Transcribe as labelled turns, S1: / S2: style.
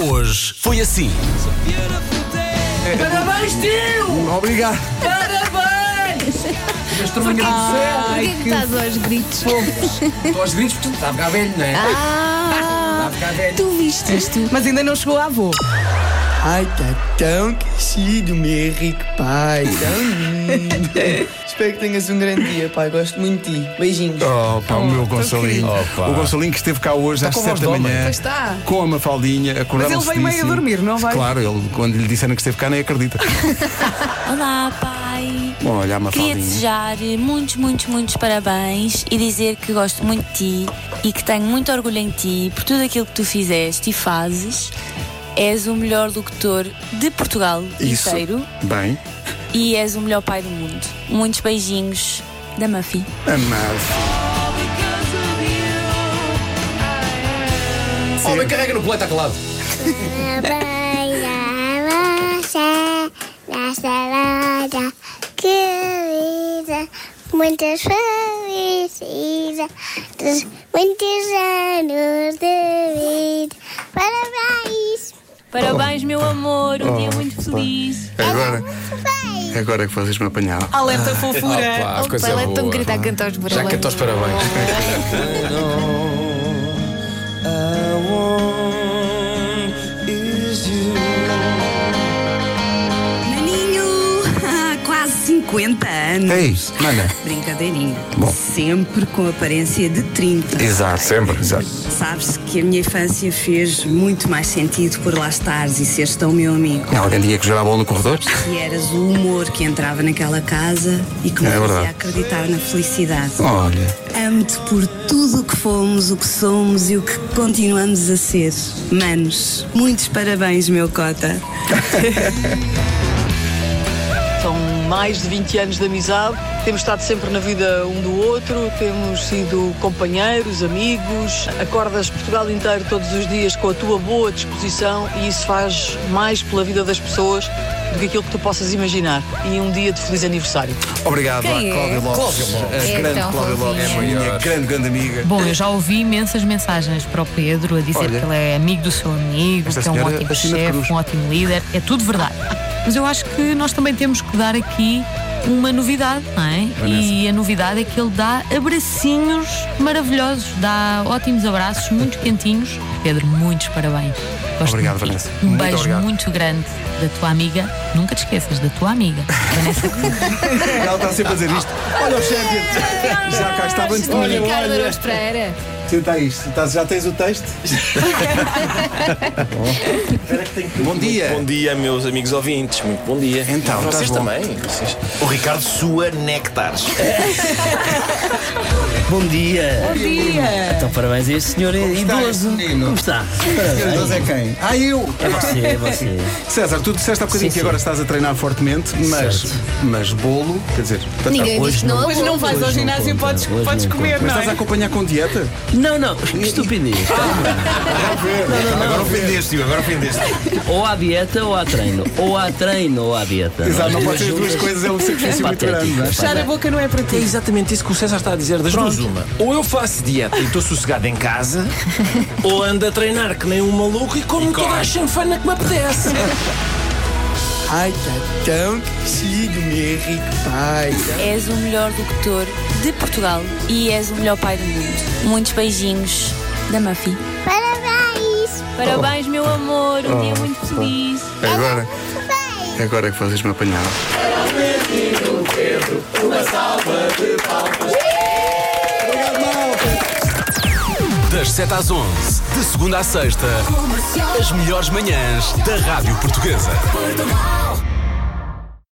S1: hoje foi assim.
S2: Parabéns, tio!
S3: Obrigado.
S2: Parabéns! Mas estou muito
S4: Por
S2: agradecido.
S4: que é que estás aos gritos?
S2: Estou aos gritos porque está a ficar velho, não é? Está
S4: Ah,
S2: a ficar velho.
S4: tu viste isto?
S5: Mas ainda não chegou a avô.
S3: Ai, tá tão crescido, meu rico pai. Tão lindo. Espero que tenhas um grande dia, pai. Gosto muito de ti. Beijinhos.
S1: Oh, pá, o meu
S5: tão
S1: Gonçalinho.
S5: querido. Tá
S1: Opa.
S6: O Gonçalinho que esteve cá hoje às
S1: com
S6: 7
S1: voz
S6: da
S1: de homem.
S6: manhã.
S5: Pois está.
S6: Com a Mafaldinha, acordaram
S5: Mas ele veio meio a dormir, não vai?
S6: Claro, ele, quando lhe disseram que esteve cá, nem acredita.
S7: Olá, pai.
S6: Bom, olha a
S7: Queria
S6: Mafaldinha.
S7: desejar muitos, muitos, muitos parabéns e dizer que gosto muito de ti e que tenho muito orgulho em ti por tudo aquilo que tu fizeste e fazes. És o melhor locutor de Portugal
S4: um
S6: Isso.
S7: inteiro
S6: Bem,
S7: e és o melhor pai do mundo. Muitos beijinhos da Muffy.
S6: a Maf.
S2: Homem, carrega no colete, está calado.
S8: Na salada querida, muitas felicidades, muitos anos de vida. Parabéns!
S7: Parabéns, meu amor. Um dia muito feliz.
S6: Agora,
S8: Parabéns!
S6: agora é que vocês me apanharam.
S5: Alerta fofura.
S4: O pai é tão grita a cantar os
S2: Já
S4: barulhos.
S2: cantou os parabéns.
S9: Naninho, quase 50 anos.
S6: Ei, manda.
S9: Brincadeirinha. Sempre com aparência de 30.
S6: Exato. Sempre, exato.
S9: Sabes que a minha infância fez muito mais sentido por lá estares e seres tão meu amigo.
S6: Alguém tinha que jogar a bola no corredor?
S9: E eras o humor que entrava naquela casa e que me
S6: É verdade.
S9: fazia acreditar na felicidade.
S6: Olha.
S9: Amo-te por tudo o que fomos, o que somos e o que continuamos a ser. Manos, muitos parabéns, meu cota.
S10: São mais de 20 anos de amizade. Temos estado sempre na vida um do outro, temos sido companheiros, amigos. Acordas Portugal inteiro todos os dias com a tua boa disposição e isso faz mais pela vida das pessoas do que aquilo que tu possas imaginar. E um dia de feliz aniversário.
S6: Obrigado à
S4: Quem é?
S6: Cláudia Lopes. A
S4: É
S6: grande
S4: tão
S6: Cláudia Lopes,
S4: fofinha.
S6: minha grande, grande amiga.
S11: Bom, eu já ouvi imensas mensagens para o Pedro a dizer
S6: Olha.
S11: que ele é amigo do seu amigo,
S6: Esta
S11: que é um
S6: senhora
S11: ótimo
S6: acima de cruz.
S11: chefe, um ótimo líder. É tudo verdade. Mas eu acho que nós também temos que dar aqui uma novidade, não é? E a novidade é que ele dá abracinhos maravilhosos, dá ótimos abraços, muito quentinhos. Pedro, muitos parabéns. Gosto
S6: Obrigado,
S11: muito de ti.
S6: Vanessa.
S11: Um
S6: Muito
S11: beijo
S6: obrigado.
S11: muito grande da tua amiga. Nunca te esqueças da tua amiga, Vanessa Cruz.
S6: Ela está sempre a dizer isto. Olha o Champion. Já cá estava antes de mim.
S4: Olha, Ricardo Araújo Pereira.
S6: Senta aí, senta- Tá, já tens o texto? Bom dia.
S1: É.
S12: Bom dia, meus amigos ouvintes. Muito bom dia.
S6: Então,
S12: E
S6: estás
S12: vocês
S6: bom?
S12: também. Vocês- É
S1: O Ricardo sua néctares.
S10: Bom dia. Bom dia. Então, parabéns a este senhor
S6: idoso. Como
S10: está?
S6: Deus é quem? Ah, eu!
S10: É você, é você.
S6: César, tu disseste há bocadinho
S10: Sim,
S6: que
S10: sim.
S6: agora estás a treinar fortemente, mas, mas bolo, quer dizer, tá, portanto,
S4: Ninguém
S6: mas
S4: diz que não
S5: Mas não vais ao
S10: Hoje não
S5: ginásio e
S10: conta,
S5: podes,
S10: hoje
S5: podes
S10: não
S5: comer, não
S6: estás a
S5: é?
S6: acompanhar com dieta?
S10: Não, não, Ah. que estupidez.
S1: Agora ofendeste, agora ofendeste.
S10: Ou há dieta ou há treino. Ou há treino ou há dieta.
S6: Exato, não pode ser as duas coisas, é um sacrifício muito grande, não é?
S5: Fechar a boca não é para
S12: É
S5: ti.
S12: exatamente isso que o César está a dizer. Das duas, uma. Ou eu faço dieta e estou sossegado em casa, ou ando a treinar que nem um maluco e como toda a chanfana que me apetece.
S3: Ai, tá tão crescido, meu rico pai.
S7: És o melhor locutor de Portugal e és o melhor pai do mundo. Muitos beijinhos da Muffy.
S8: Parabéns!
S7: Parabéns, meu amor. Um dia muito feliz.
S6: Agora, agora é que vocês me apanharam.
S1: Das 7 às 11, de segunda à sexta, as melhores manhãs da Rádio Portuguesa.